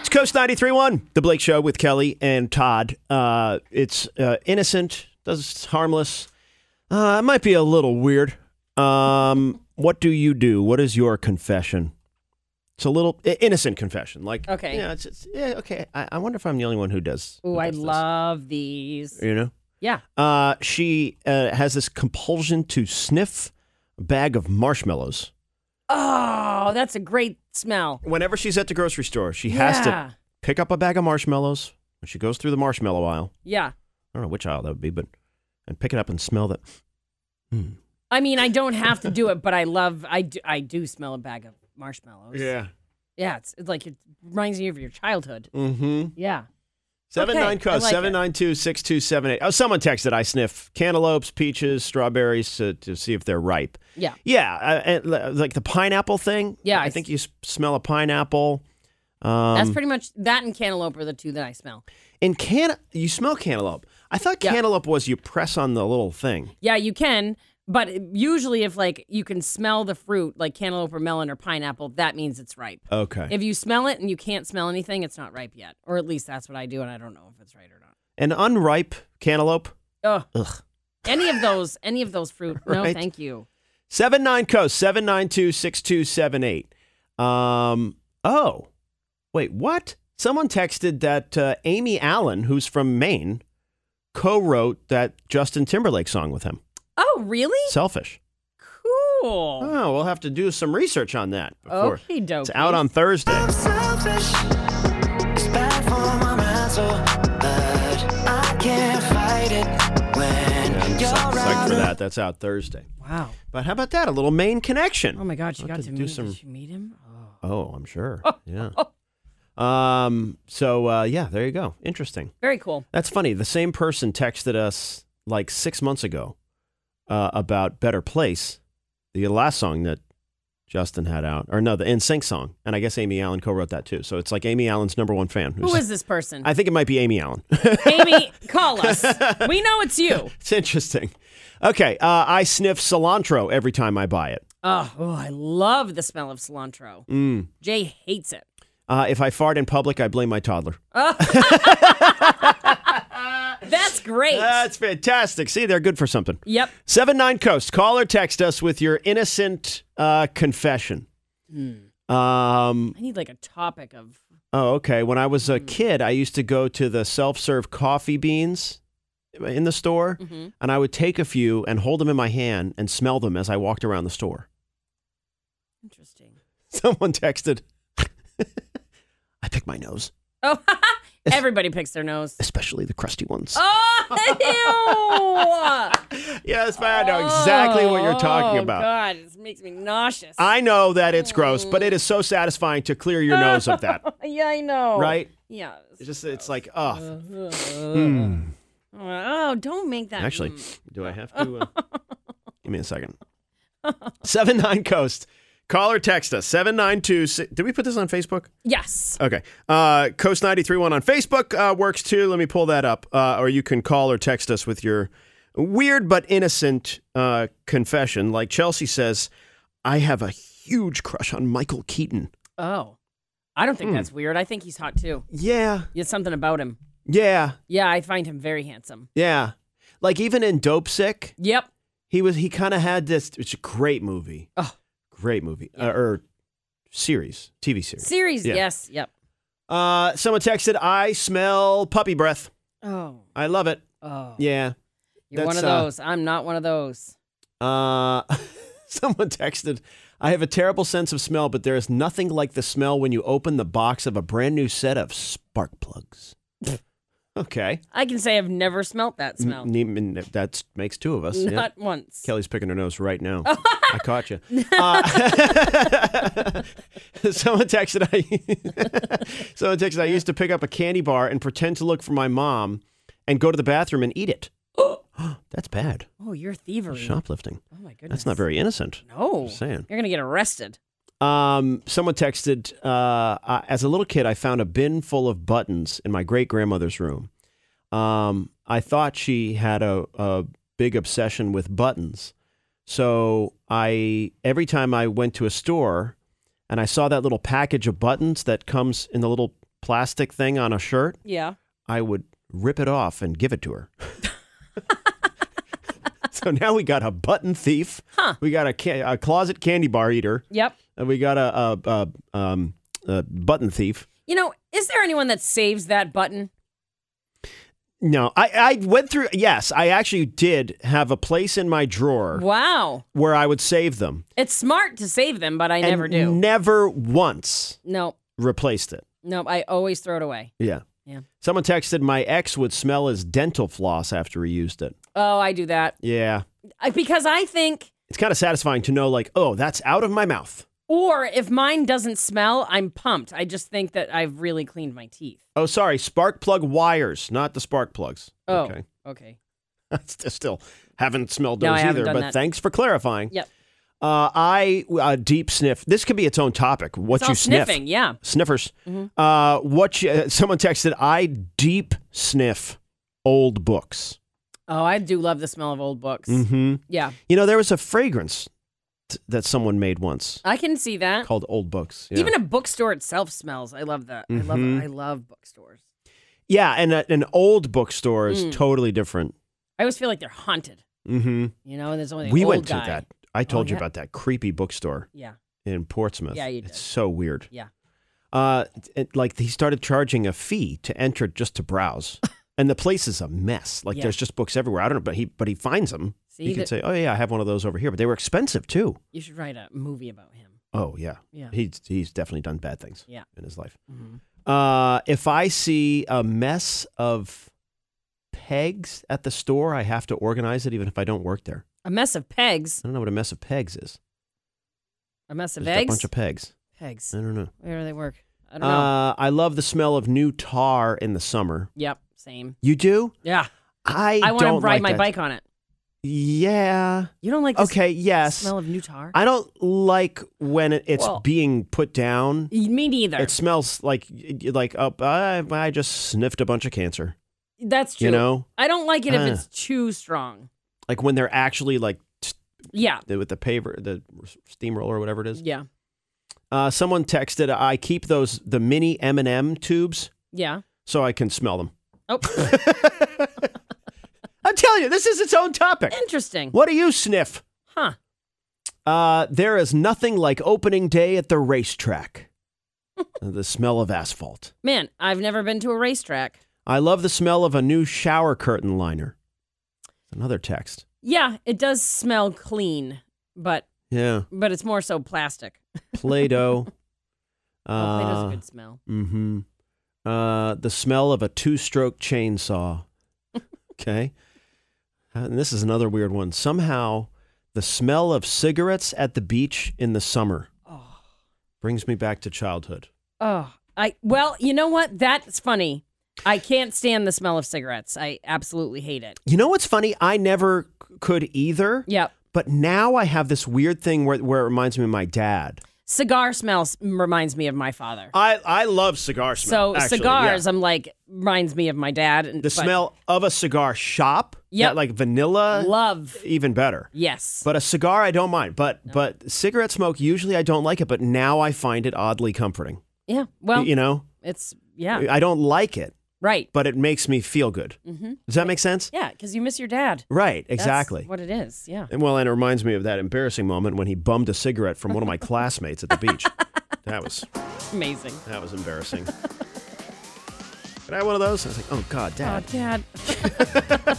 It's Coast 93.1, The Blake Show with Kelly and Todd. Uh, it's uh, innocent, does it's harmless. Uh, it might be a little weird. Um, what do you do? What is your confession? It's a little i- innocent confession. Like, Okay. Yeah, it's, it's, yeah okay. I, I wonder if I'm the only one who does. who Ooh, I does this, love these. You know? Yeah. Uh, she uh, has this compulsion to sniff a bag of marshmallows. Oh, that's a great smell. Whenever she's at the grocery store, she has to Yeah. pick up a bag of marshmallows. When she goes through the marshmallow aisle, Yeah. I don't know which aisle that would be, but and pick it up and smell that. I mean, I don't have to do it, but I love. I do. I do smell a bag of marshmallows. Yeah. It's, it's like it reminds me of your childhood. Mm-hmm. Yeah. Seven Okay, nine I code like seven nine two six two seven eight. Oh, someone texted. I sniff cantaloupes, peaches, strawberries to, to see if they're ripe. Yeah. Yeah, uh, and, li- like the pineapple thing. Yeah, I, I think you s- smell a pineapple. Um, That's pretty much that and cantaloupe are the two that I smell. in can you smell cantaloupe? I thought Yeah. cantaloupe was you press on the little thing. Yeah, you can. But usually, if like you can smell the fruit, like cantaloupe or melon or pineapple, that means it's ripe. Okay. If you smell it and you can't smell anything, it's not ripe yet. Or at least that's what I do, and I don't know if it's right or not. An unripe cantaloupe. Ugh. Ugh. Any of those, any of those fruit. No, Right. thank you. Seven nine coast seven nine two six two seven eight. Um. Oh, wait. What? Someone texted that uh, Amy Allen, who's from Maine, co-wrote that Justin Timberlake song with him. Oh, really? Selfish. Cool. Oh, we'll have to do some research on that before Okie dokie. it's out on Thursday. I'm selfish. It's bad for my mental, but I can't fight it when Yeah, I'm you're psyched psyched out for of that. That's out Thursday. Wow. But how about that? A little Maine connection. Oh my God, she We'll got have to, to do meet. some- Did you meet him? Oh. Oh, I'm sure. Yeah. Um. So uh, yeah, there you go. Interesting. Very cool. That's funny. The same person texted us like six months ago uh, about Better Place, the last song that Justin had out, or no, the NSYNC song. And I guess Amy Allen co wrote that too. So it's like Amy Allen's number one fan. Who is this person? I think it might be Amy Allen. Amy, call us. We know it's you. it's interesting. Okay. Uh, I sniff cilantro every time I buy it. Oh, oh, I love the smell of cilantro. Mm. Jay hates it. Uh, if I fart in public, I blame my toddler. That's great. That's fantastic. See, they're good for something. yep. 7 9 Coast. Call or text us with your innocent uh, confession. Hmm. Um, I need like a topic of. oh, okay. When I was Mm. a kid, I used to go to the self serve coffee beans in the store, Mm. Mm-hmm. and I would take a few and hold them in my hand and smell them as I walked around the store. Interesting. Someone texted, I pick my nose, Oh, everybody picks their nose. especially the crusty ones. Oh, ew. Yes, but I know exactly what you're talking Oh, about. God, this makes me nauseous. I know that it's gross, but it is Mm. so satisfying to clear your nose of that, Uh, yeah, I know. right? Yeah. It's just, it's like, oh, Hmm. Oh, don't make that. Actually, mm. do I have to? Uh, give me a second. Seven nine coast. Call or text us. Seven nine two. Did we put this on Facebook? yes. Okay. Uh, coast ninety three one on Facebook uh, works too. Let me pull that up. Uh, or you can call or text us with your weird but innocent uh, confession. Like Chelsea says, I have a huge crush on Michael Keaton. Oh, I don't Hmm. think that's weird. I think he's hot too. Yeah. There's something about him. Yeah. Yeah, I find him very handsome. Yeah. Like even in Dope Sick, Yep. he was he kind of had this it's a great movie Oh. great movie uh, or series tv series Series. Yeah. Yes. Yep. uh someone texted i smell puppy breath Oh. i love it Oh. yeah You're one of that's, uh, those. I'm not one of those. uh someone texted i have a terrible sense of smell but there is nothing like the smell when you open the box of a brand new set of spark plugs okay I can say I've never smelt that smell. that makes two of us yeah. Not once. Kelly's picking her nose right now. I caught you. Uh, someone texted I. someone texted I used to pick up a candy bar and pretend to look for my mom, and go to the bathroom and eat it. That's bad. Oh, you're thievery. Shoplifting. Oh my goodness. That's not very innocent. No. Just saying. You're gonna get arrested. Um, someone texted, uh, I- as a little kid, I found a bin full of buttons in my great grandmother's room. Um, I thought she had a, a big obsession with buttons. So I, every time I went to a store and I saw that little package of buttons that comes in the little plastic thing on a shirt, Yeah. I would rip it off and give it to her. so now we got a button thief. Huh. We got a, ca- a closet candy bar eater. Yep. And we got a, a, a, um, a button thief. You know, is there anyone that saves that button? No, I, I went through, yes, I actually did have a place in my drawer Wow. where I would save them. It's smart to save them, but I and never do. Never once No, replaced it. no, I always throw it away. Yeah. Yeah. Someone texted my ex would smell his dental floss after he used it. Oh, I do that Yeah. I, because I think, It's kind of satisfying to know, like, oh, that's out of my mouth. or if mine doesn't smell, I'm pumped. I just think that I've really cleaned my teeth. Oh, sorry, spark plug wires, not the spark plugs. Oh, Okay. okay. Still- Still haven't smelled No, I those haven't either, done but that. thanks for clarifying. Yep. Uh, I uh, deep sniff. This could be its own topic. What It's all you sniff. sniffing, Mm-hmm. yeah. Sniffers. Uh, what you, uh, someone texted, I deep sniff old books. Oh, I do love the smell of old books. hmm Yeah, You know, there was a fragrance t- that someone made once I can see that. called Old Books. Yeah, Uh-huh. Even a bookstore itself smells. I love that. I Mhm. love. I love bookstores. yeah and a, an old bookstore is Mm. totally different. I always feel like they're haunted. hmm You know, and there's only an We old went guy. Oh, to that. I told you yeah. about that creepy bookstore Yeah, in Portsmouth. Yeah, you did. It's so weird. Yeah. Uh, it, like he started charging a fee to enter just to browse, and the place is a mess. Like Yeah. there's just books everywhere. I don't know, but he but he finds them. See, he could that- say, "Oh yeah, I have one of those over here," but they were expensive too. you should write a movie about him. Oh yeah, Yeah. He's he's definitely done bad things. Yeah. in his life. Mhm. Uh, if I see a mess of pegs at the store, I have to organize it, even if I don't work there. A mess of pegs. I don't know what a mess of pegs is. A mess of Just eggs. a bunch of pegs. pegs. I don't know. Where do they work? I don't know. Uh, I love the smell of new tar in the summer. yep. Same. You do? Yeah. I I want to don't ride like my that. bike on it. Yeah. You don't like this Okay. Yes. smell of new tar? I don't like when it, it's Well- being put down. Me neither. It smells like like oh, I, I just sniffed a bunch of cancer. That's true. You know, I don't like it Ah. if it's too strong. like when they're actually like t- Yeah. with the paver, the steamroller or whatever it is. Yeah. Uh, someone texted, "I keep those the mini M and M tubes Yeah. so I can smell them." Oh, I'm telling you, this is its own topic. interesting. What do you sniff? Huh. Uh, there is nothing like opening day at the racetrack. the smell of asphalt. Man, I've never been to a racetrack. I love the smell of a new shower curtain liner. Another text. Yeah, it does smell clean, but Yeah, but it's more so plastic. Play-Doh. oh, it Uh, a good smell. Mm-hmm. Uh, the smell of a two-stroke chainsaw. okay. Uh, And this is another weird one. Somehow, the smell of cigarettes at the beach in the summer Oh. brings me back to childhood. Oh, I well, you know what? That's funny. I can't stand the smell of cigarettes. I absolutely hate it. You know what's funny? I never c- could either. Yep. But now I have this weird thing where, where it reminds me of my dad. Cigar smells reminds me of my father. I, I love cigar So Oh, smell. actually, yeah. cigars, I'm like reminds me of my dad. And The smell of a cigar shop. Yep. that, Like vanilla. love, even better. yes, But a cigar, I don't mind. But but cigarette smoke, usually I don't like it. But now I find it oddly comforting. yeah. Well, you know, it's yeah, I don't like it, right, but it makes me feel good. mm-hmm. Does that make sense? yeah, because you miss your dad. Right, That's exactly. what it is. Yeah, and well, and it reminds me of that embarrassing moment when he bummed a cigarette from one of my classmates at the beach. That was amazing. that was embarrassing. Can I have one of those? I was like, oh God, Oh, Dad. dad.